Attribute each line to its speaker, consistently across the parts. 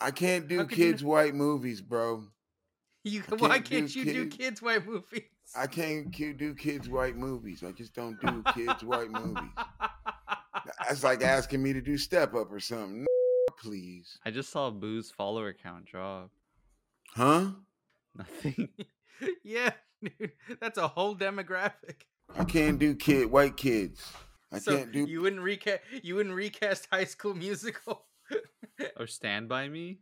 Speaker 1: I can't do
Speaker 2: How could you
Speaker 1: kids white movies, bro.
Speaker 2: You
Speaker 1: I
Speaker 2: why
Speaker 1: can't do
Speaker 2: can't you do
Speaker 1: kids.
Speaker 2: kids white movies?
Speaker 1: I can't ki- do kids white movies. I just don't do kids white movies. That's like asking me to do Step Up or something. No, please,
Speaker 3: I just saw Boo's follower count drop.
Speaker 1: huh?
Speaker 3: Nothing.
Speaker 2: yeah, dude, that's a whole demographic.
Speaker 1: I can't do kid white kids. I
Speaker 2: so
Speaker 1: can't do.
Speaker 2: you wouldn't recast you wouldn't recast High School Musical.
Speaker 3: or Stand By Me?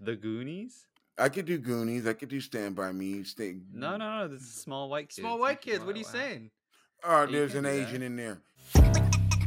Speaker 3: The Goonies?
Speaker 1: I could do Goonies. I could do Stand by Me. Stay,
Speaker 3: No, no, no. This is Mm. small white kids.
Speaker 2: Small
Speaker 3: You
Speaker 2: white
Speaker 3: can-
Speaker 2: kids. What
Speaker 3: why-
Speaker 2: are you
Speaker 3: why-
Speaker 2: saying?
Speaker 1: Oh,
Speaker 3: you
Speaker 1: there's an
Speaker 3: can't do that.
Speaker 1: Asian in there.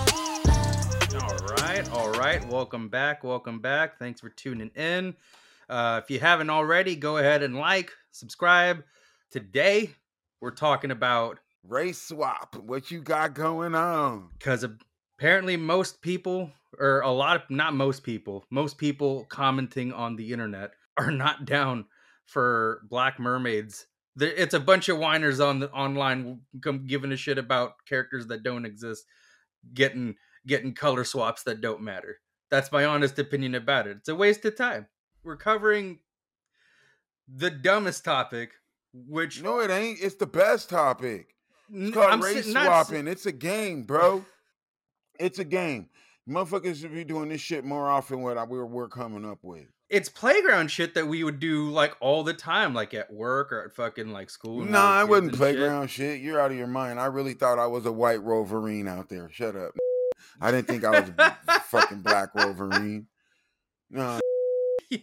Speaker 2: All right, all right. Welcome back. Welcome back. Thanks for tuning in. Uh, if you haven't already, go ahead and like, subscribe. Today, we're talking about
Speaker 1: Race swap. What you got going on?
Speaker 2: because apparently most people, or a lot of, not most people, most people commenting on the internet are not down for black mermaids. There, it's a bunch of whiners on the online com- giving a shit about characters that don't exist, getting getting color swaps that don't matter. That's my honest opinion about it. It's a waste of time. We're covering the dumbest topic, which
Speaker 1: No, it ain't. It's the best topic.
Speaker 2: n-
Speaker 1: It's called
Speaker 2: I'm si-
Speaker 1: race
Speaker 2: not si-
Speaker 1: swapping. It's a game, bro. It's a game. Motherfuckers should be doing this shit more often. What I- we're we're coming up with.
Speaker 2: it's playground shit that we would do like all the time, like at work or at fucking like school. when we
Speaker 1: nah,
Speaker 2: were
Speaker 1: I
Speaker 2: kids
Speaker 1: wasn't
Speaker 2: and shit.
Speaker 1: playground shit. You're out of your mind. I really thought I was a white Wolverine out there. Shut up. I didn't think I was a b- fucking black Wolverine. No,
Speaker 2: you,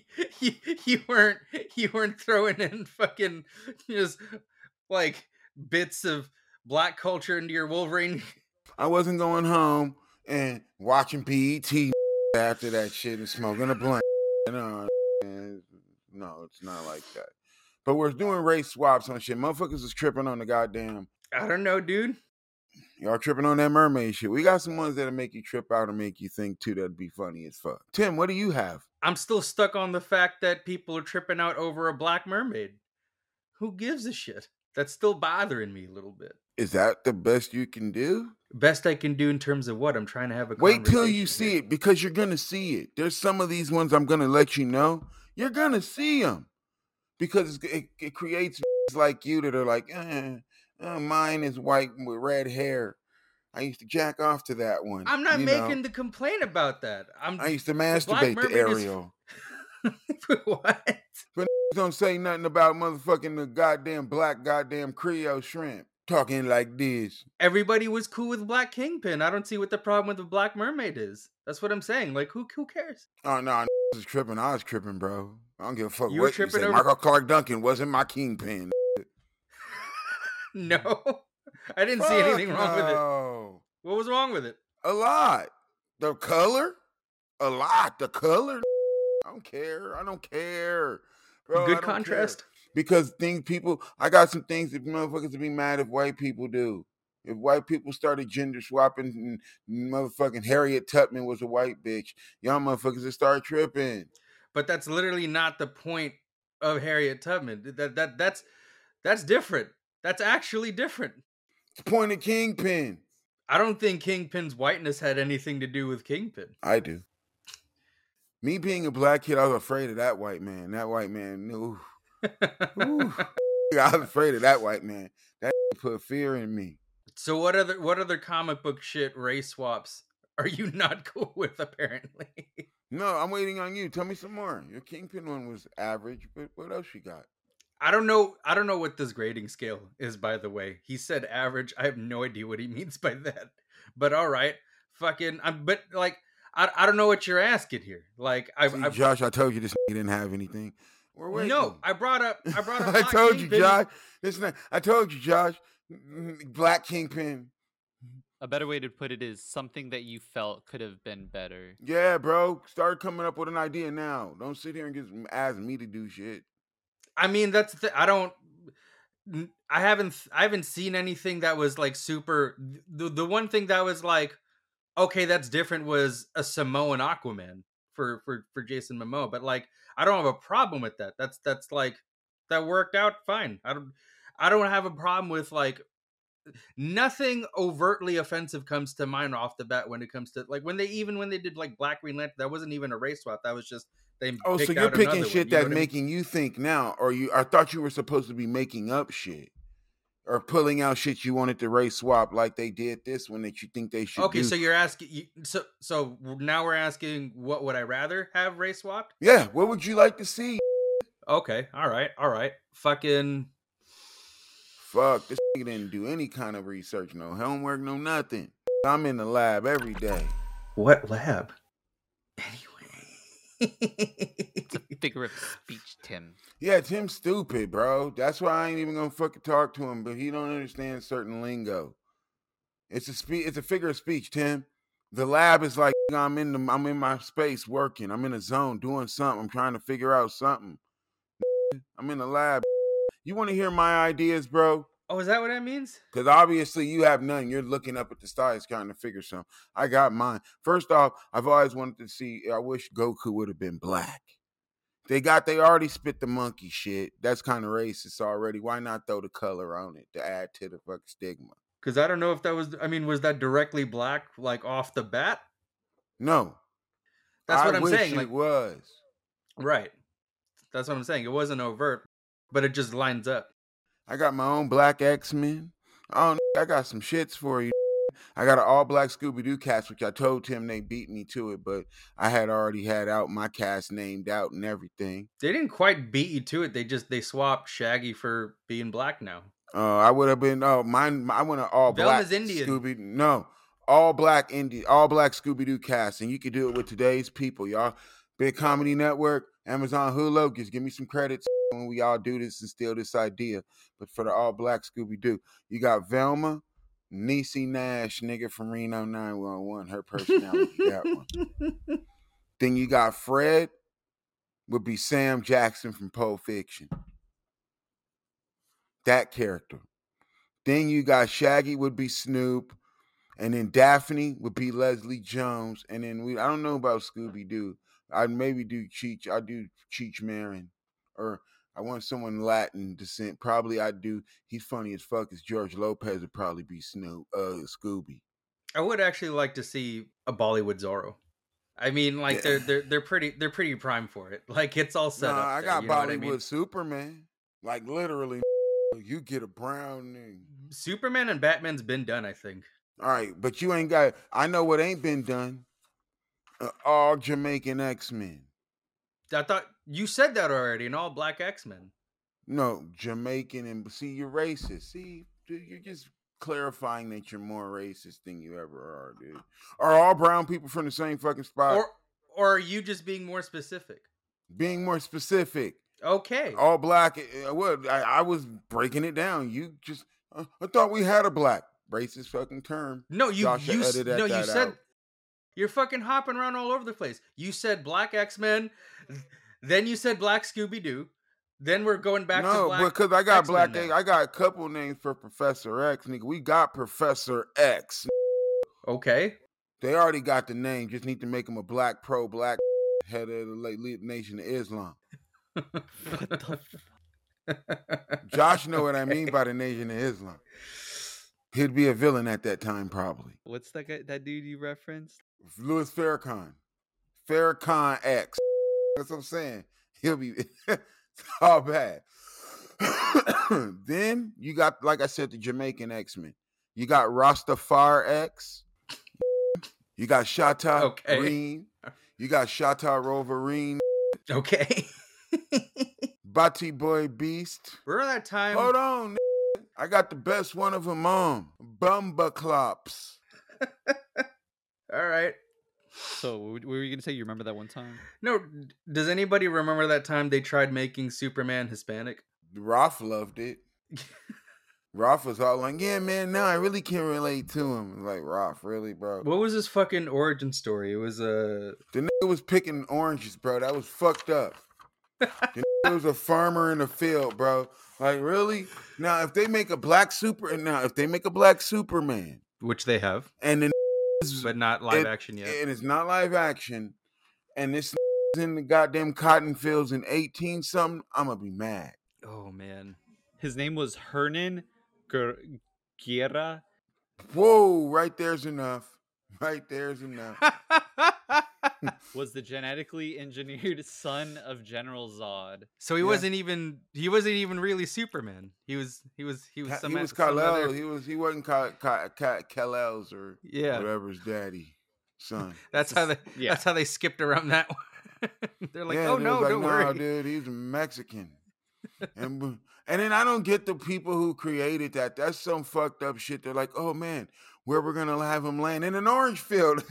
Speaker 2: you weren't you weren't throwing in fucking just like bits of black culture into your Wolverine.
Speaker 1: I wasn't going home and watching BET after that shit and smoking a blunt. No, man, no, it's not like that. But we're doing race swaps on shit. Motherfuckers is tripping on the goddamn
Speaker 2: I don't know, dude.
Speaker 1: Y'all tripping on that mermaid shit. We got some ones that'll make you trip out and make you think too. That'd be funny as fuck. Tim, what do you have?
Speaker 2: I'm still stuck on the fact that people are tripping out over a black mermaid. Who gives a shit? That's still bothering me a little bit.
Speaker 1: Is that the best you can do?
Speaker 2: Best I can do in terms of what I'm trying to have a
Speaker 1: Wait till you
Speaker 2: conversation
Speaker 1: see
Speaker 2: here.
Speaker 1: it because you're gonna see it. There's some of these ones I'm gonna let you know. You're gonna see them because it's- it, it creates like you that are like, eh, uh, mine is white with red hair. I used to jack off to that one.
Speaker 2: I'm not
Speaker 1: you know.
Speaker 2: making the complaint about that. I'm
Speaker 1: I used to
Speaker 2: Black
Speaker 1: masturbate to
Speaker 2: Mermaid is-
Speaker 1: Ariel.
Speaker 2: what?
Speaker 1: don't say nothing about motherfucking the goddamn black goddamn Creole shrimp talking like this.
Speaker 2: Everybody was cool with Black Kingpin. I don't see what the problem with the Black Mermaid is. That's what I'm saying. Like, who who cares?
Speaker 1: Oh no, is tripping. I was tripping, bro. I don't give a fuck
Speaker 2: You were
Speaker 1: what you
Speaker 2: tripping
Speaker 1: say.
Speaker 2: over-
Speaker 1: Michael Clark Duncan wasn't my kingpin.
Speaker 2: No, I didn't see anything wrong with it. What was wrong with it?
Speaker 1: A lot. The color. A lot. The color. I don't care. I don't care. Bro, I
Speaker 2: Good
Speaker 1: don't care.
Speaker 2: contrast.
Speaker 1: because things people I got some things that motherfuckers would be mad if white people do. If white people started gender swapping and motherfucking Harriet Tubman was a white bitch, y'all motherfuckers would start tripping.
Speaker 2: But that's literally not the point of Harriet Tubman. Th- That that that's that's different. That's actually different.
Speaker 1: It's the point of kingpin.
Speaker 2: I don't think Kingpin's whiteness had anything to do with Kingpin.
Speaker 1: I do. Me being a black kid, I was afraid of that white man. That white man knew Ooh. I was afraid of that white man. That put fear in me.
Speaker 2: so what other what other comic book shit race swaps are you not cool with? Apparently.
Speaker 1: No, I'm waiting on you. Tell me some more. Your kingpin one was average, but what else you got?
Speaker 2: I don't know. I don't know what this grading scale is. By the way, he said average. I have no idea what he means by that. But all right, fucking. I'm. But like, I. I don't know what you're asking here. Like, I.
Speaker 1: See,
Speaker 2: I
Speaker 1: Josh, I told you this nigga didn't have anything. We're waiting.
Speaker 2: no, I brought up. I brought up.
Speaker 1: I
Speaker 2: Black
Speaker 1: told you,
Speaker 2: Kingpin.
Speaker 1: Josh. This not, I told you, Josh. Mm, Black Kingpin.
Speaker 3: A better way to put it is something that you felt could have been better.
Speaker 1: Yeah, bro. Start coming up with an idea now. Don't sit here and just ask me to do shit.
Speaker 2: I mean, that's. The, I don't. n- I haven't th- I haven't seen anything that was like super. th- The the one thing that was like, okay, that's different was a Samoan Aquaman for for for Jason Momoa, but like I don't have a problem with that. That's that's like that worked out fine. I don't I don't have a problem with like nothing overtly offensive comes to mind off the bat when it comes to like when they even when they did like Black Green Lantern, that wasn't even a race swap. That was just they.
Speaker 1: Oh, so
Speaker 2: picked
Speaker 1: you're
Speaker 2: out another
Speaker 1: picking
Speaker 2: one,
Speaker 1: shit
Speaker 2: you know what
Speaker 1: that's
Speaker 2: I mean?
Speaker 1: making you think now, or you? I thought you were supposed to be making up shit, or pulling out shit you wanted to race swap like they did this one that you think they should.
Speaker 2: Okay,
Speaker 1: do.
Speaker 2: so you're asking. You, so so now we're asking, what would I rather have race swapped?
Speaker 1: yeah, what would you like to see?
Speaker 2: Okay, all right, all right. Fucking
Speaker 1: Fuck, this nigga didn't do any kind of research, no homework, no nothing. I'm in the lab every day.
Speaker 2: what lab? Anyway,
Speaker 3: It's a figure of speech, Tim.
Speaker 1: Yeah, Tim's stupid, bro. That's why I ain't even gonna fucking talk to him. But he don't understand certain lingo. It's a spe- It's a figure of speech, Tim. The lab is like I'm in the, I'm in my space working. I'm in a zone doing something. I'm trying to figure out something. I'm in the lab. You want to hear my ideas, bro?
Speaker 2: oh, is that what that means?
Speaker 1: Because obviously you have none. You're looking up at the stars trying to figure something. I got mine. First off, I've always wanted to see, I wish Goku would have been black. They got, they already spit the monkey shit. That's kind of racist already. Why not throw the color on it to add to the fucking stigma?
Speaker 2: Because I don't know if that was. I mean, was that directly black, like off the bat?
Speaker 1: No.
Speaker 2: That's what
Speaker 1: I
Speaker 2: I'm
Speaker 1: wish
Speaker 2: saying,
Speaker 1: It
Speaker 2: like-
Speaker 1: was.
Speaker 2: Right. That's what I'm saying. It wasn't overt, but it just lines up.
Speaker 1: I got my own black X Men. Oh, I got some shits for you. I got an all black Scooby Doo cast, which I told Tim they beat me to it, but I had already had out my cast named out and everything.
Speaker 2: They didn't quite beat you to it. They just they swapped Shaggy for being black now.
Speaker 1: Uh, I would have been. Oh, mine. my- I went to all
Speaker 2: Velma's
Speaker 1: black
Speaker 2: Indian.
Speaker 1: Scooby. No, all black indie, all black Scooby Doo cast, and you could do it with today's people, y'all. Big Comedy Network, Amazon, Hulu. Just give me some credits when we all do this and steal this idea. But for the all black Scooby Doo, you got Velma, Niecy Nash, nigga from Reno 911. Her personality, that one. Then you got Fred, would be Sam Jackson from Pulp Fiction. That character. Then you got Shaggy would be Snoop, and then Daphne would be Leslie Jones, and then we I don't know about Scooby Doo. I'd maybe do Cheech. I do Cheech Marin, or I want someone Latin descent. Probably I do. He's funny as fuck. As George Lopez would probably be Snoop. Uh, Scooby.
Speaker 2: I would actually like to see a Bollywood Zorro. I mean, like
Speaker 1: Yeah.
Speaker 2: they're they're they're pretty they're pretty prime for it. Like it's all set
Speaker 1: Nah,
Speaker 2: up.
Speaker 1: I
Speaker 2: there,
Speaker 1: got
Speaker 2: you know
Speaker 1: Bollywood
Speaker 2: what I mean?
Speaker 1: Superman. Like literally, you get a brown nigga.
Speaker 2: Mm-hmm. Superman and Batman's been done. I think.
Speaker 1: All right, but you ain't got. I know what ain't been done. Uh, all Jamaican X Men.
Speaker 2: I thought you said that already. In all Black X Men.
Speaker 1: No, Jamaican and see you're racist. See, dude, you're just clarifying that you're more racist than you ever are, dude. Are all brown people from the same fucking spot?
Speaker 2: or or are you just being more specific?
Speaker 1: Being more specific,
Speaker 2: Okay.
Speaker 1: all black. uh, What I, I was breaking it down. You just. Uh, I thought we had a black racist fucking term.
Speaker 2: No, you
Speaker 1: Y'all should
Speaker 2: you s-
Speaker 1: edit that-
Speaker 2: no you
Speaker 1: that
Speaker 2: said
Speaker 1: out.
Speaker 2: you're fucking hopping around all over the place. You said Black X Men, then you said Black Scooby Doo, then we're going back to
Speaker 1: no,
Speaker 2: Black.
Speaker 1: because I got
Speaker 2: X-Men
Speaker 1: black.
Speaker 2: now.
Speaker 1: X- I got a couple names for Professor X, nigga. We got Professor X.
Speaker 2: okay,
Speaker 1: They already got the name. Just need to make him a black pro black head of the late lead nation of Islam. Josh know what I mean by the nation of Islam. He'd be a villain at that time, probably.
Speaker 3: What's that guy, that dude you referenced?
Speaker 1: Louis Farrakhan, Farrakhan X. That's what I'm saying. He'll be it's all bad. then you got, like I said, the Jamaican X Men. You got Rastafari X. You got Shata
Speaker 2: Okay.
Speaker 1: Reen. You got Shata Roverine.
Speaker 2: okay.
Speaker 1: Bati Boy Beast.
Speaker 2: Remember that time?
Speaker 1: Hold on. n- I got the best one of them on. Bumba Clops.
Speaker 2: All right.
Speaker 3: So, what were- what were you gonna say? You remember that one time?
Speaker 2: No, d- does anybody remember that time they tried making Superman Hispanic?
Speaker 1: Roth loved it. Roth was all like, "Yeah, man, no, I really can't relate to him." Like Roth, really, bro.
Speaker 2: What was his fucking origin story? It was uh, a.
Speaker 1: the nigga was picking oranges, bro. That was fucked up. The there was a farmer in the field, bro. Like really? Now if they make a black super, now if they make a black Superman,
Speaker 2: which they have,
Speaker 1: and then
Speaker 2: but not live
Speaker 1: It-
Speaker 2: action yet.
Speaker 1: and it's not live action, and this is in the goddamn cotton fields in eighteen something, I'm gonna be mad.
Speaker 2: oh man,
Speaker 3: His name was Hernan Guer- Guerra.
Speaker 1: Whoa, right there's enough. Right there's enough.
Speaker 3: Was the genetically engineered son of General Zod.
Speaker 2: so he
Speaker 1: Yeah.
Speaker 2: wasn't even he wasn't even really Superman. He was he was he was
Speaker 1: Ca-
Speaker 2: some
Speaker 1: he was
Speaker 2: some
Speaker 1: Kal
Speaker 2: other-
Speaker 1: El. He was he wasn't Kal Kal Kal Kal-El's or
Speaker 2: yeah,
Speaker 1: whatever his daddy son.
Speaker 2: that's how they
Speaker 3: Yeah.
Speaker 2: that's how they skipped around that one. They're like,
Speaker 1: Yeah,
Speaker 2: oh
Speaker 1: and it was
Speaker 2: no,
Speaker 1: like,
Speaker 2: don't
Speaker 1: "Nah,
Speaker 2: worry.
Speaker 1: dude, he's Mexican. and b- and then I don't get the people who created that. That's some fucked up shit. They're like, oh man, where we're gonna have him land in an orange field?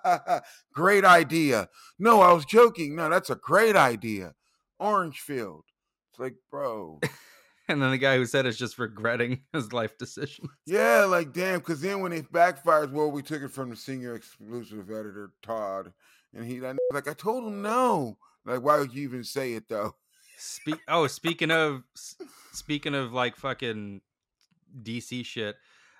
Speaker 1: great idea. No, I was joking. No, that's a great idea. Orange field. It's like, bro.
Speaker 2: And then the guy who said it's just regretting his life decision.
Speaker 1: Yeah, like damn, because then when it backfires, well, we took it from the senior exclusive editor Todd, and he like, like, I told him no. Like, why would you even say it though?
Speaker 2: Speak. Oh, speaking of s- speaking of like fucking DC shit.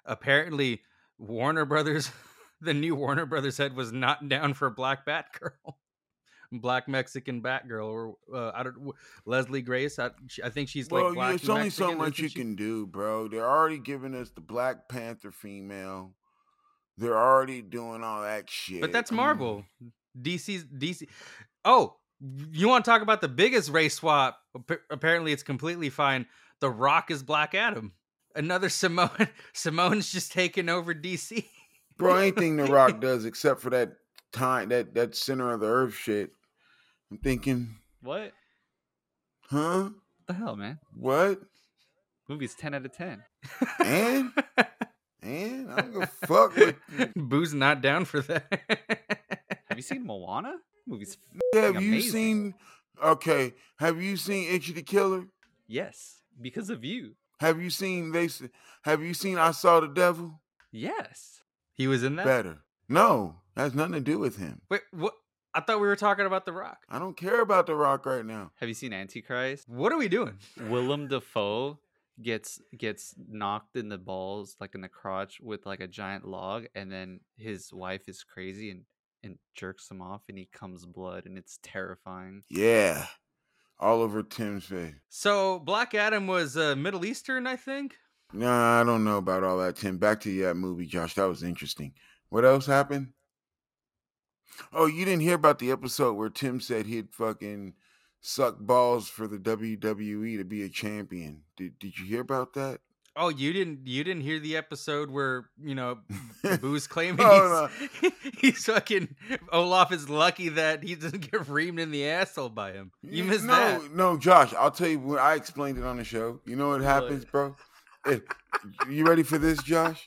Speaker 2: Apparently, Warner Brothers, the new Warner Brothers head was not down for Black Batgirl, Black Mexican Batgirl, or uh, I don't wh- Leslie Grace. I, sh- I think she's
Speaker 1: well,
Speaker 2: like
Speaker 1: you-
Speaker 2: black.
Speaker 1: it's only
Speaker 2: Mexican,
Speaker 1: so much
Speaker 2: isn't
Speaker 1: you
Speaker 2: she?
Speaker 1: can do, bro. They're already giving us the Black Panther female. They're already doing all that shit.
Speaker 2: But that's
Speaker 1: Come on.
Speaker 2: Marvel. DC's DC. Oh, you want to talk about the biggest race swap? Ap- Apparently, it's completely fine. The Rock is Black Adam. Another Simone. Simone's just taking over DC.
Speaker 1: bro. Anything The Rock does, except for that time, that that center of the earth shit. I'm thinking,
Speaker 3: What
Speaker 1: huh?
Speaker 3: the hell, man?
Speaker 1: What?
Speaker 3: Movie's ten out of ten.
Speaker 1: And and I'm gonna fuck with you.
Speaker 2: Boo's not down for that.
Speaker 3: Have you seen Moana? Movie's f-
Speaker 1: Have you
Speaker 3: amazing.
Speaker 1: seen? Okay, have you seen Itchy the Killer?
Speaker 3: yes because of you.
Speaker 1: Have you seen they? s- Have you seen I Saw the Devil?
Speaker 3: Yes.
Speaker 2: he was in that.
Speaker 1: Better. No, has nothing to do with him.
Speaker 2: Wait, what? I thought we were talking about The Rock.
Speaker 1: I don't care about The Rock right now.
Speaker 3: Have you seen Antichrist?
Speaker 2: What are we doing?
Speaker 3: Willem Dafoe gets gets knocked in the balls, like in the crotch, with like a giant log, and then his wife is crazy and and jerks him off, and he comes blood, and it's terrifying.
Speaker 1: Yeah, all over Tim's face.
Speaker 2: So Black Adam was uh, Middle Eastern, I think.
Speaker 1: Nah, I don't know about all that, Tim. Back to that movie, Josh. That was interesting. What else happened? Oh, you didn't hear about the episode where Tim said he'd fucking suck balls for the WWE to be a champion. Did Did you hear about that?
Speaker 2: Oh, you didn't you didn't hear the episode where you know Boo's claiming
Speaker 1: Oh,
Speaker 2: he's, he's fucking Olaf is lucky that he doesn't get reamed in the asshole by him. You
Speaker 1: Y-
Speaker 2: missed
Speaker 1: no,
Speaker 2: that.
Speaker 1: No, Josh, I'll tell you when I explained it on the show. You know what happens, bro? If, you ready for this, Josh?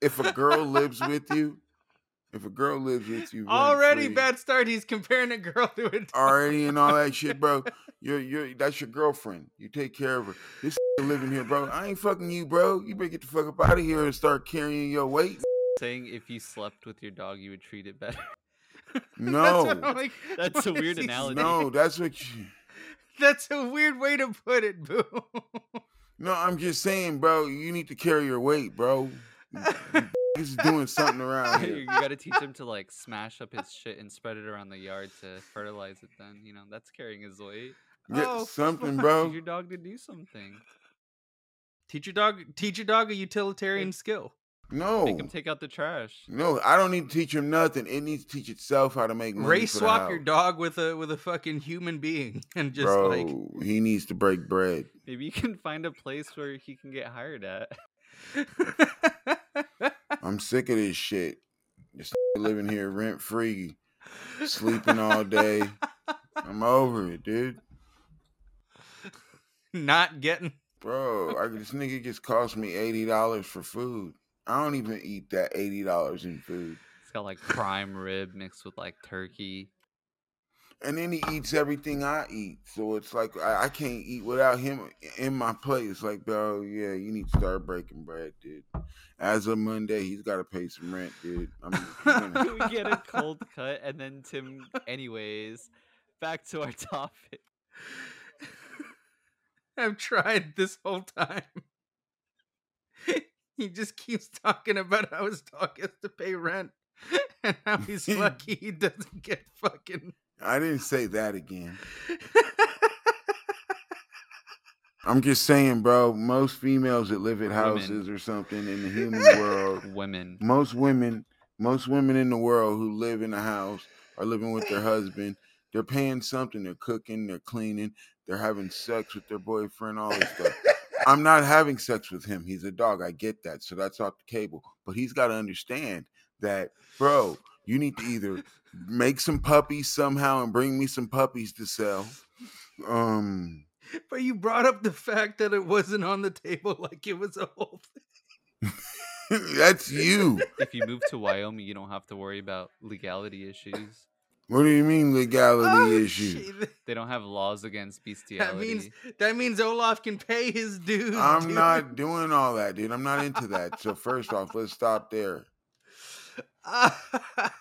Speaker 1: If a girl lives with you, if a girl lives with you,
Speaker 2: Already
Speaker 1: rent-free,
Speaker 2: bad start. He's comparing a girl to a dog.
Speaker 1: already and all that shit, bro. You're you're that's your girlfriend. You take care of her. This living here, bro. I ain't fucking you, bro. You better get the fuck up out of here and start carrying your weight.
Speaker 3: Saying if you slept with your dog, you would treat it better.
Speaker 1: No.
Speaker 2: that's, what I'm like,
Speaker 3: That's a
Speaker 2: what is
Speaker 3: weird
Speaker 2: he
Speaker 3: analogy.
Speaker 1: No, that's what you.
Speaker 2: saying? That's a weird way to put it, Boo.
Speaker 1: No, I'm just saying, bro. You need to carry your weight, bro. This is doing something around
Speaker 3: you
Speaker 1: here.
Speaker 3: got to teach him to like smash up his shit and spread it around the yard to fertilize it. Then you know that's carrying his weight.
Speaker 1: Get
Speaker 2: Oh,
Speaker 1: something,
Speaker 2: fuck.
Speaker 1: bro.
Speaker 3: Teach your dog to do something.
Speaker 2: teach your dog teach your dog a utilitarian skill.
Speaker 1: No,
Speaker 3: Make
Speaker 1: Oh.
Speaker 3: him take out the trash.
Speaker 1: no. I don't need to teach him nothing. It needs to teach itself how to make money.
Speaker 2: Race
Speaker 1: for the
Speaker 2: swap your
Speaker 1: house.
Speaker 2: dog with a with a fucking human being and just
Speaker 1: bro.
Speaker 2: like
Speaker 1: he needs to break bread.
Speaker 3: Maybe you can find a place where he can get hired at.
Speaker 1: I'm sick of this shit. Just living here rent free, sleeping all day. I'm over it, dude.
Speaker 2: Not getting.
Speaker 1: Bro, I, this nigga just cost me eighty dollars for food. I don't even eat that eighty dollars in food.
Speaker 3: It's got like prime rib mixed with like turkey.
Speaker 1: And then he eats everything I eat, so it's like I, I can't eat without him in my plate. It's like, bro, yeah, you need to start breaking bread, dude. As of Monday, he's got to pay some rent, dude. I'm,
Speaker 3: Can we get a cold cut and then Tim anyways back to our topic.
Speaker 2: I've tried this whole time. he just keeps talking about how his dog has to pay rent and how he's lucky he doesn't get fucking.
Speaker 1: I didn't say that again. I'm just saying, bro, most females that live at houses or something in the human world,
Speaker 3: Women.
Speaker 1: most women, most women in the world who live in a house are living with their husband. They're paying something, they're cooking, they're cleaning, they're having sex with their boyfriend, all this stuff. I'm not having sex with him. He's a dog. I get that. So that's off the table. But he's got to understand that, bro, you need to either make some puppies somehow and bring me some puppies to sell. Um,
Speaker 2: But you brought up the fact that it wasn't on the table like it was a whole thing.
Speaker 1: that's you.
Speaker 3: If you move to Wyoming, you don't have to worry about legality issues.
Speaker 1: What do you mean legality
Speaker 2: Oh,
Speaker 1: issue?
Speaker 2: shit.
Speaker 3: They don't have laws against
Speaker 2: That
Speaker 3: bestiality.
Speaker 2: means that means Olaf can pay his dues.
Speaker 1: I'm
Speaker 2: dude.
Speaker 1: not doing all that, dude. I'm not into that. So first off, let's stop there.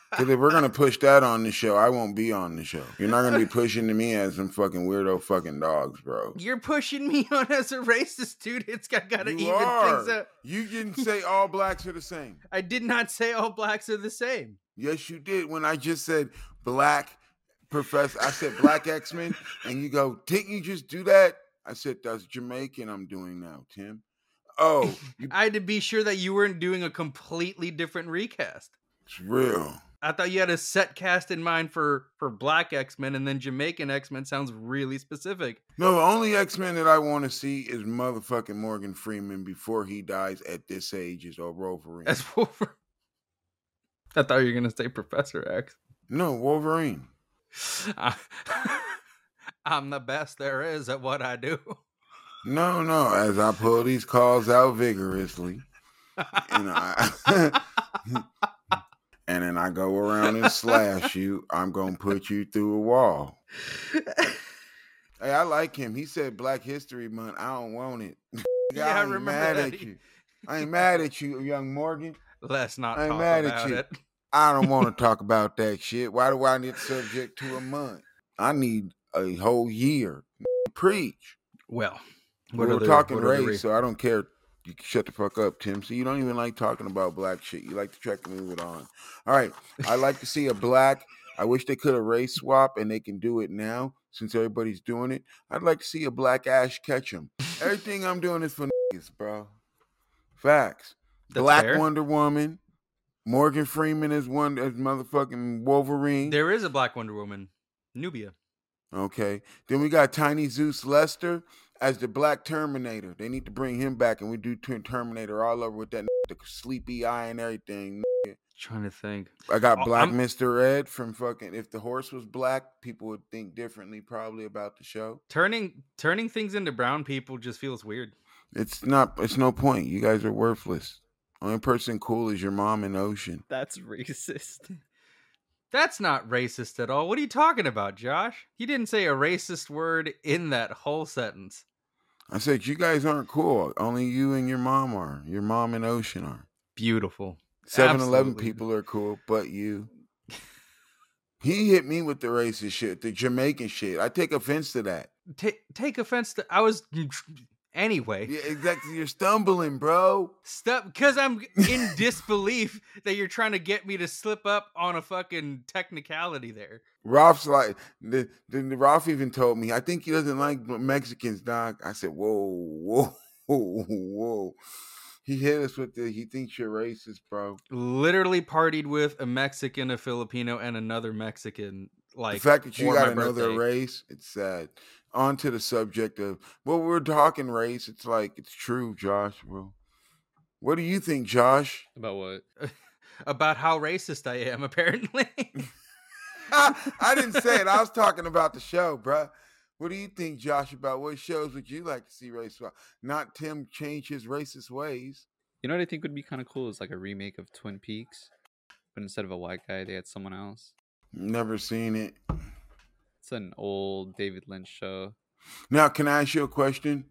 Speaker 1: Because if we're gonna push that on the show, I won't be on the show. You're not gonna be pushing to me as some fucking weirdo fucking dogs, bro.
Speaker 2: You're pushing me on as a racist, dude. It's got gotta
Speaker 1: You
Speaker 2: even
Speaker 1: are.
Speaker 2: things out.
Speaker 1: You didn't say all blacks are the same.
Speaker 2: I did not say all blacks are the same.
Speaker 1: Yes, you did. When I just said black professor, I said black X Men, and you go, didn't you just do that? I said that's Jamaican. I'm doing now, Tim. Oh, you,
Speaker 2: I had to be sure that you weren't doing a completely different recast.
Speaker 1: it's real.
Speaker 2: I thought you had a set cast in mind for for black X Men, and then Jamaican X Men sounds really specific.
Speaker 1: No, the only X Men that I want to see is motherfucking Morgan Freeman before he dies at this age is or Wolverine.
Speaker 2: As Wolverine. I thought you were gonna say Professor X.
Speaker 1: no, Wolverine.
Speaker 2: I- I'm the best there is at what I do.
Speaker 1: No, no. As I pull these calls out vigorously, and I and then I go around and slash you. I'm gonna put you through a wall. Hey, I like him. He said Black History Month. I don't want it.
Speaker 2: Yeah, I
Speaker 1: ain't
Speaker 2: remember
Speaker 1: mad
Speaker 2: that.
Speaker 1: at you. I ain't mad at you, young Morgan.
Speaker 2: Let's not
Speaker 1: I'm
Speaker 2: talk
Speaker 1: mad at
Speaker 2: about
Speaker 1: you.
Speaker 2: it.
Speaker 1: I don't want to talk about that shit. Why do I need subject to a month? I need a whole year. Preach.
Speaker 2: Well,
Speaker 1: We're
Speaker 2: are the-
Speaker 1: talking
Speaker 2: what are the
Speaker 1: race,
Speaker 2: re-
Speaker 1: so I don't care. You can shut the fuck up, Tim. So you don't even like talking about black shit. You like to try to move it on. All right. I like to see a black. I wish they could a race swap, and they can do it now since everybody's doing it. I'd like to see a black Ash Ketchum. Everything I'm doing is for niggas, bro. Facts.
Speaker 2: That's
Speaker 1: Black
Speaker 2: fair.
Speaker 1: Wonder Woman. Morgan Freeman is one as motherfucking Wolverine.
Speaker 2: There is a black Wonder Woman, Nubia.
Speaker 1: Okay. Then we got Tiny Zeus Lester as the Black Terminator. They need to bring him back, and we do turn Terminator all over with that n- the sleepy eye and everything.
Speaker 2: Trying to think.
Speaker 1: I got
Speaker 2: Oh,
Speaker 1: Black
Speaker 2: I'm-
Speaker 1: Mister Ed from fucking. If the horse was black, people would think differently probably about the show.
Speaker 2: Turning turning things into brown people just feels weird.
Speaker 1: It's not. It's no point. You guys are worthless. Only person cool is your mom and Ocean.
Speaker 3: That's racist.
Speaker 2: That's not racist at all. What are you talking about, Josh? He didn't say a racist word in that whole sentence.
Speaker 1: I said you guys aren't cool. Only you and your mom are. Your mom and Ocean are.
Speaker 2: Beautiful.
Speaker 1: 7 Eleven
Speaker 2: Absolutely.
Speaker 1: people are cool, but you. He hit me with the racist shit, the Jamaican shit. I take offense to that.
Speaker 2: Ta take offense to. I was anyway.
Speaker 1: Yeah, exactly. You're stumbling, bro.
Speaker 2: Stop, because I'm in disbelief that you're trying to get me to slip up on a fucking technicality there.
Speaker 1: Ralph's like, the, the, the Ralph even told me, I think he doesn't like Mexicans, dog. I said, whoa, whoa, whoa, whoa. He hit us with the, he thinks you're racist, bro.
Speaker 2: Literally partied with a Mexican, a Filipino, and another Mexican. Like
Speaker 1: the fact that you
Speaker 2: for my
Speaker 1: got another
Speaker 2: birthday.
Speaker 1: race, it's sad. On to the subject of well, we're talking race. It's like it's true, Josh. Well, what do you think, Josh?
Speaker 3: About what?
Speaker 2: about how racist I am, apparently.
Speaker 1: I, didn't say it. I was talking about the show, bruh. What do you think, Josh? About what shows would you like to see race? swap? Not Tim change his racist ways.
Speaker 3: You know what I think would be kind of cool is like a remake of Twin Peaks, but instead of a white guy, they had someone else.
Speaker 1: Never seen it.
Speaker 3: It's an old David Lynch show.
Speaker 1: Now, can I ask you a question?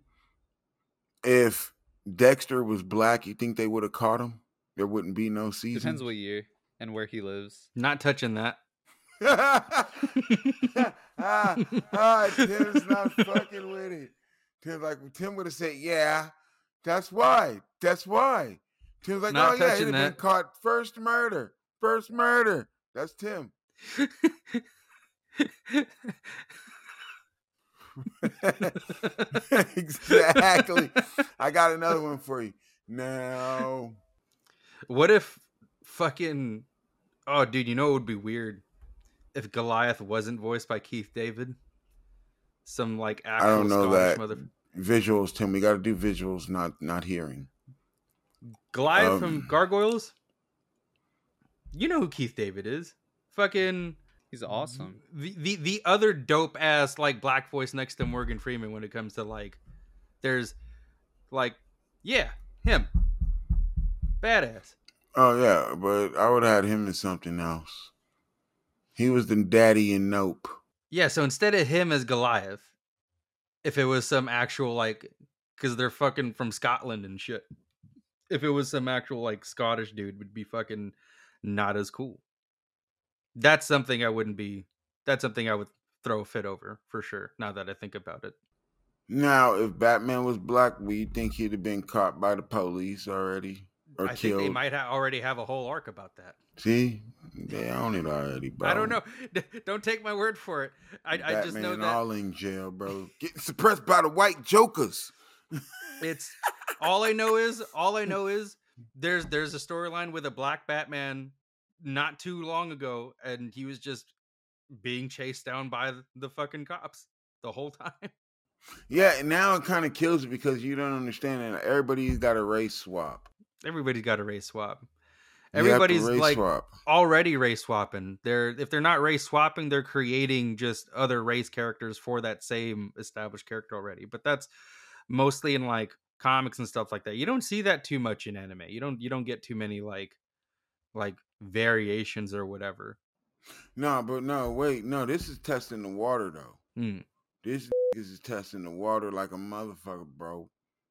Speaker 1: If Dexter was black, you think they would have caught him? There wouldn't be no season.
Speaker 3: Depends what year and where he lives.
Speaker 2: Not touching that.
Speaker 1: ah, ah, Tim's not fucking with it. Tim's like, Tim would have said, yeah, that's why. That's why. Tim's like,
Speaker 2: Not
Speaker 1: oh, yeah,
Speaker 2: touching
Speaker 1: he'd have
Speaker 2: that."
Speaker 1: been caught first murder. First murder. That's Tim. exactly. I got another one for you. Now,
Speaker 2: What if fucking oh dude, you know it would be weird if Goliath wasn't voiced by Keith David? Some like actual
Speaker 1: don't know
Speaker 2: Scottish
Speaker 1: that.
Speaker 2: mother
Speaker 1: visuals, Tim. We got to do visuals, not not hearing.
Speaker 2: Goliath
Speaker 1: Um,
Speaker 2: from Gargoyles? You know who Keith David is. Fucking
Speaker 3: He's
Speaker 1: Mm-hmm.
Speaker 3: awesome.
Speaker 2: the the, the other dope ass like black voice next to Morgan Freeman when it comes to like there's like yeah, him. Badass.
Speaker 1: Oh yeah, but I would have had him in something else. He was the daddy in Nope.
Speaker 2: Yeah, so instead of him as Goliath, if it was some actual like cuz they're fucking from Scotland and shit. If it was some actual like Scottish dude would be fucking not as cool. That's something I wouldn't be that's something I would throw a fit over for sure now that I think about it.
Speaker 1: Now, if Batman was black, would you think he'd have been caught by the police already or
Speaker 2: I
Speaker 1: killed?
Speaker 2: think they might ha- already have a whole arc about that.
Speaker 1: See, they own it already, bro.
Speaker 2: I don't know. Don't take my word for it. I, I just
Speaker 1: Batman
Speaker 2: know that
Speaker 1: all in jail, bro. Getting suppressed by the white jokers.
Speaker 2: it's all I know is all I know is there's there's a storyline with a black Batman not too long ago, and he was just being chased down by th- the fucking cops the whole time.
Speaker 1: Yeah, and now it kind of kills it because you don't understand that everybody's got a race swap.
Speaker 2: Everybody's got a race swap.
Speaker 1: You have to
Speaker 2: Everybody's
Speaker 1: race
Speaker 2: like
Speaker 1: swap.
Speaker 2: already race swapping. They're if they're not race swapping, they're creating just other race characters for that same established character already. But that's mostly in like comics and stuff like that. You don't see that too much in anime. You don't you don't get too many like like variations or whatever.
Speaker 1: No, but no, wait, no. This is testing the water though.
Speaker 2: Hmm.
Speaker 1: This niggas is testing the water like a motherfucker, bro.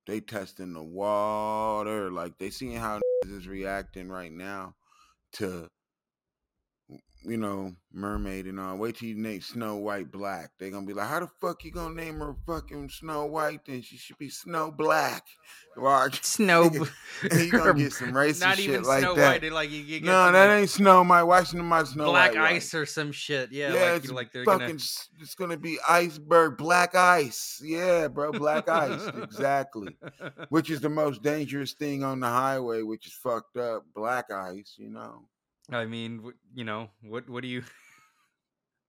Speaker 1: They testing the water. Like they seeing how niggas is reacting right now to you know, mermaid and all. Wait till you name Snow White Black. They gonna be like, How the fuck you gonna name her fucking Snow White then? She should be Snow Black. Like,
Speaker 2: Snow
Speaker 1: you gonna get some racist
Speaker 2: not
Speaker 1: shit
Speaker 2: even
Speaker 1: like
Speaker 2: Snow
Speaker 1: that.
Speaker 2: White. Like you, you get
Speaker 1: no,
Speaker 2: some,
Speaker 1: that
Speaker 2: like,
Speaker 1: ain't Snow White. Why should my Snow
Speaker 2: black
Speaker 1: White White?
Speaker 2: ice or some shit. Yeah,
Speaker 1: Yeah,
Speaker 2: like
Speaker 1: it's
Speaker 2: you like they're
Speaker 1: fucking
Speaker 2: gonna
Speaker 1: s- it's gonna be iceberg black ice yeah bro black ice exactly which is the most dangerous thing on the highway which is fucked up black ice you know
Speaker 2: I mean, w- you know, what what do you?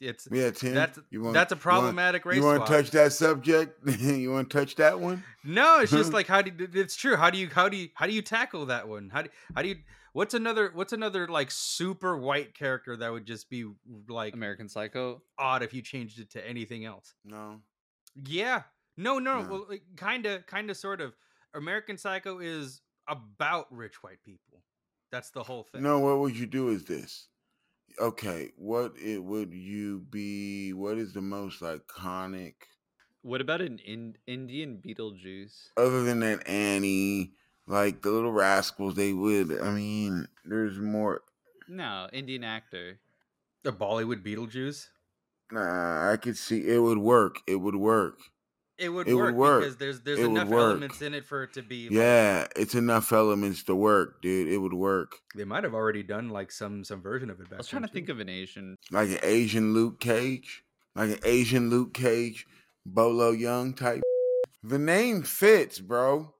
Speaker 2: It's
Speaker 1: yeah tim
Speaker 2: that's
Speaker 1: you want
Speaker 2: that's a problematic
Speaker 1: you
Speaker 2: race.
Speaker 1: want
Speaker 2: swap.
Speaker 1: to touch that subject you want to touch that one
Speaker 2: No, it's just like how do you- it's true. How do you how do you how do you tackle that one? How do how do you what's another what's another like super white character that would just be like
Speaker 3: American Psycho.
Speaker 2: odd if you changed it to anything else?
Speaker 1: no
Speaker 2: Yeah. No, no,
Speaker 1: No.
Speaker 2: well like, kinda kinda sort of. American Psycho is about rich white people. That's the whole thing.
Speaker 1: no what would you do is this okay what it would you be what is the most iconic
Speaker 3: What about an in- Indian Beetlejuice?
Speaker 1: other than that Annie, like the little rascals, they would. I mean, there's more.
Speaker 3: No, Indian actor.
Speaker 2: The Bollywood Beetlejuice.
Speaker 1: Nah, I could see it would work. It would work.
Speaker 2: It would,
Speaker 1: It would
Speaker 2: work,
Speaker 1: work.
Speaker 2: because there's there's
Speaker 1: It would
Speaker 2: enough
Speaker 1: work.
Speaker 2: elements in it for it to be. like-
Speaker 1: Yeah, it's enough elements to work, dude. It would work.
Speaker 2: they might have already done like some some version of it. Back
Speaker 3: I was trying
Speaker 2: then,
Speaker 3: to think
Speaker 2: too.
Speaker 3: of an Asian.
Speaker 1: Like an Asian Luke Cage, like an Asian Luke Cage, Bolo Young type. The name fits, bro.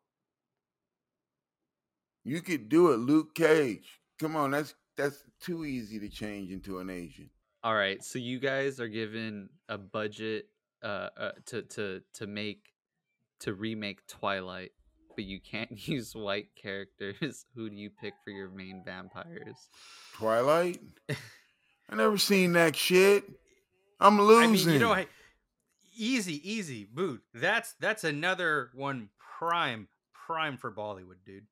Speaker 1: You could do it, Luke Cage. Come on, that's that's too easy to change into an Asian.
Speaker 3: All right, so you guys are given a budget uh, uh to to to make to remake Twilight, but you can't use white characters. Who do you pick for your main vampires?
Speaker 1: Twilight. I never seen that shit. I'm
Speaker 2: I mean,
Speaker 1: losing.
Speaker 2: you know, hey, easy, easy, boot. That's that's another one prime prime for Bollywood, dude.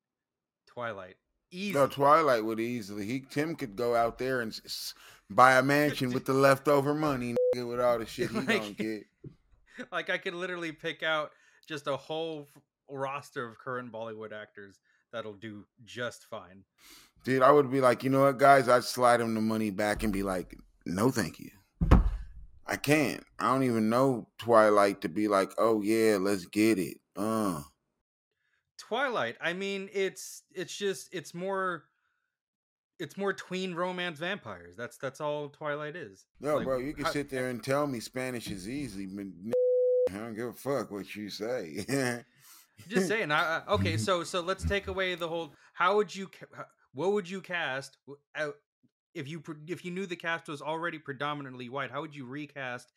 Speaker 2: Twilight, easy.
Speaker 1: no, Twilight would easily. He Tim could go out there and s- s- buy a mansion with the leftover money nigga, with all the shit he gonna
Speaker 2: Like-
Speaker 1: get.
Speaker 2: like I could literally pick out just a whole f- roster of current Bollywood actors that'll do just fine.
Speaker 1: Dude, I would be like, you know what, guys? I'd slide him the money back and be like, no, thank you. I can't. I don't even know Twilight to be like, oh yeah, let's get it. Uh.
Speaker 2: Twilight. I mean, it's it's just it's more it's more tween romance vampires. That's that's all Twilight is.
Speaker 1: No,
Speaker 2: Like,
Speaker 1: bro, you can
Speaker 2: how-
Speaker 1: sit there and tell me Spanish is easy, but n- I don't give a fuck what you say.
Speaker 2: Just saying. I, I- okay, so so let's take away the whole. How would you? ca- What would you cast w- out- if you pre- if you knew the cast was already predominantly white? How would you recast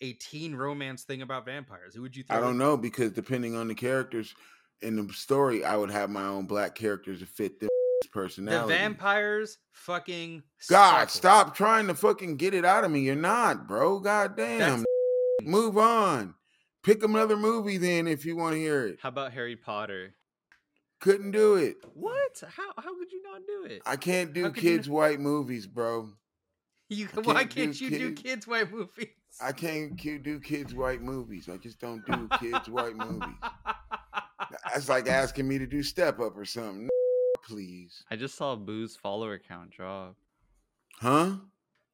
Speaker 2: a teen romance thing about vampires? Who would you? Throw
Speaker 1: I don't
Speaker 2: in?
Speaker 1: know because depending on the characters in the story, I would have my own black characters to fit them
Speaker 2: The
Speaker 1: personality.
Speaker 2: vampires fucking
Speaker 1: God,
Speaker 2: suck.
Speaker 1: stop trying to fucking get it out of me. You're not, bro. God damn. Move on. Pick another movie then if you want to hear it.
Speaker 3: How about Harry Potter?
Speaker 1: Couldn't do it.
Speaker 3: What? How how could you not do it?
Speaker 1: I can't do
Speaker 2: How could you
Speaker 1: kids white movies, bro.
Speaker 2: You,
Speaker 1: I
Speaker 2: why
Speaker 1: can't do
Speaker 2: can't you do
Speaker 1: kids.
Speaker 2: kids white movies?
Speaker 1: I can't ki- do kids white movies. I just don't do kids white movies. That's like asking me to do Step Up or something. Please.
Speaker 3: I just saw Boo's follower count drop.
Speaker 1: Huh?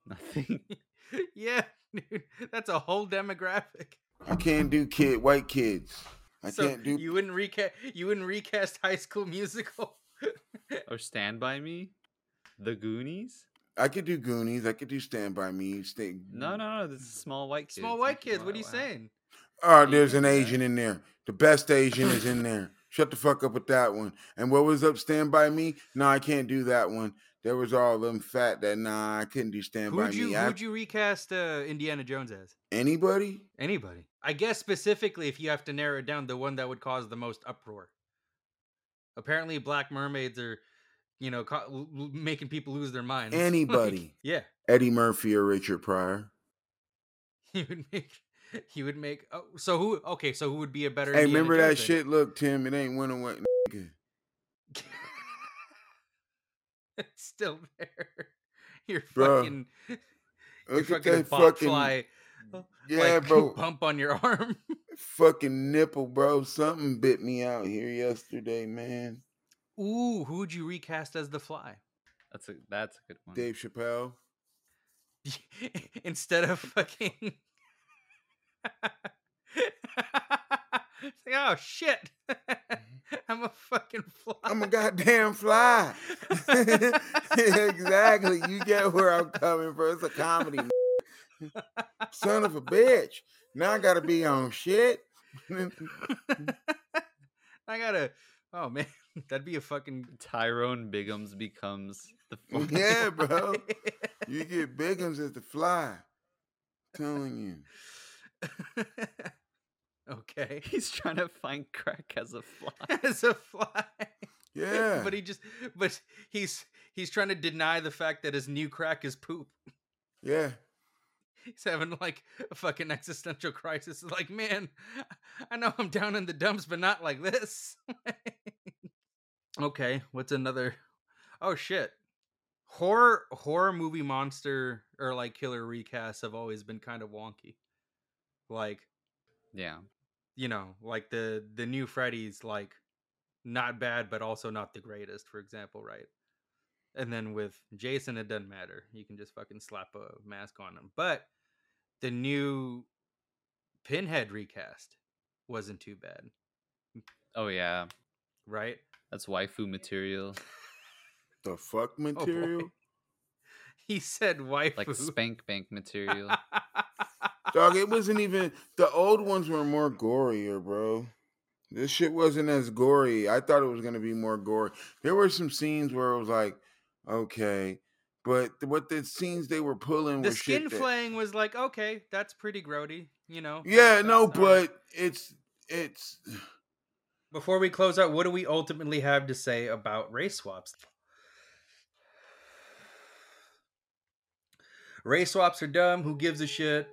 Speaker 3: Nothing.
Speaker 2: yeah, dude, that's a whole demographic.
Speaker 1: I can't do kid white kids. I
Speaker 2: so
Speaker 1: can't do
Speaker 2: you wouldn't recast you wouldn't recast High School Musical.
Speaker 3: or Stand by Me, The Goonies.
Speaker 1: I could do Goonies. I could do Stand By Me. Stay.
Speaker 3: No, no, no. This is Mm. small white kids.
Speaker 2: Small
Speaker 3: You
Speaker 2: white
Speaker 3: can-
Speaker 2: kids.
Speaker 3: why-
Speaker 2: What are you
Speaker 3: why-
Speaker 2: saying?
Speaker 1: Oh,
Speaker 3: You
Speaker 1: there's an
Speaker 3: can't do that.
Speaker 1: Asian in there. The best Asian is in there. Shut the fuck up with that one. And what was up, Stand By Me? No, I can't do that one. There was all them fat that, nah, I couldn't do Stand By
Speaker 2: Who'd you
Speaker 1: Me. I-
Speaker 2: who'd you recast uh, Indiana Jones as?
Speaker 1: anybody?
Speaker 2: Anybody? I guess specifically if you have to narrow it down, the one that would cause the most uproar. Apparently, black mermaids are, you know, ca- l- l- making people lose their minds. Like,
Speaker 1: Anybody.
Speaker 2: yeah,
Speaker 1: Eddie Murphy or Richard Pryor.
Speaker 2: he would make. He would make. Oh, so who? Okay, so who would be a better?
Speaker 1: Hey,
Speaker 2: Indiana
Speaker 1: remember that
Speaker 2: Jones then?
Speaker 1: shit? Look, Tim, it ain't winning what. nigga.
Speaker 2: it's still there. You're
Speaker 1: Bro,
Speaker 2: fucking. You're
Speaker 1: Look at
Speaker 2: fucking
Speaker 1: that
Speaker 2: bot
Speaker 1: fucking.
Speaker 2: fly.
Speaker 1: yeah,
Speaker 2: like,
Speaker 1: bro.
Speaker 2: Bump on your arm.
Speaker 1: Fucking nipple, bro. Something bit me out here yesterday, man.
Speaker 2: Ooh, who would you recast as the fly?
Speaker 3: That's a that's a good one.
Speaker 1: Dave Chappelle.
Speaker 2: Instead of fucking. It's like, oh shit! I'm a fucking fly.
Speaker 1: Mm-hmm. I'm a goddamn fly. exactly. You get where I'm coming from. It's a comedy. Son of a bitch. Now I gotta be on shit.
Speaker 2: I gotta. Oh man, that'd be a fucking.
Speaker 3: Tyrone Biggums becomes the
Speaker 1: yeah, bro. You get Biggums as the fly. telling you.
Speaker 2: okay.
Speaker 3: He's trying to find crack as a fly.
Speaker 2: As a fly.
Speaker 1: Yeah.
Speaker 2: but he just but he's he's trying to deny the fact that his new crack is poop
Speaker 1: yeah.
Speaker 2: he's having like a fucking existential crisis It's like man i know i'm down in the dumps but not like this okay what's another oh shit horror horror movie monster or like killer recasts have always been kind of wonky like
Speaker 3: Yeah.
Speaker 2: you know, like the the new Freddy's like not bad but also not the greatest, for example, right? And then with Jason it doesn't matter. You can just fucking slap a mask on him. But the new Pinhead recast wasn't too bad,
Speaker 3: Oh yeah.
Speaker 2: right?
Speaker 3: That's waifu material.
Speaker 1: The
Speaker 2: Oh,
Speaker 1: fuck material?
Speaker 2: He said waifu.
Speaker 3: Like spank bank material.
Speaker 1: Dog, it wasn't even the old ones were more gorier, bro. This shit wasn't as gory. I thought it was gonna be more gory. There were some scenes where it was like, okay, but th- what the scenes they were pulling
Speaker 2: the
Speaker 1: was
Speaker 2: skin
Speaker 1: shit that-
Speaker 2: flaying was like, okay, that's pretty grody, you know. that's-
Speaker 1: Yeah, no,
Speaker 2: that's all right.
Speaker 1: but it's it's
Speaker 2: before we close out, what do we ultimately have to say about race swaps? Race swaps are dumb. Who gives a shit?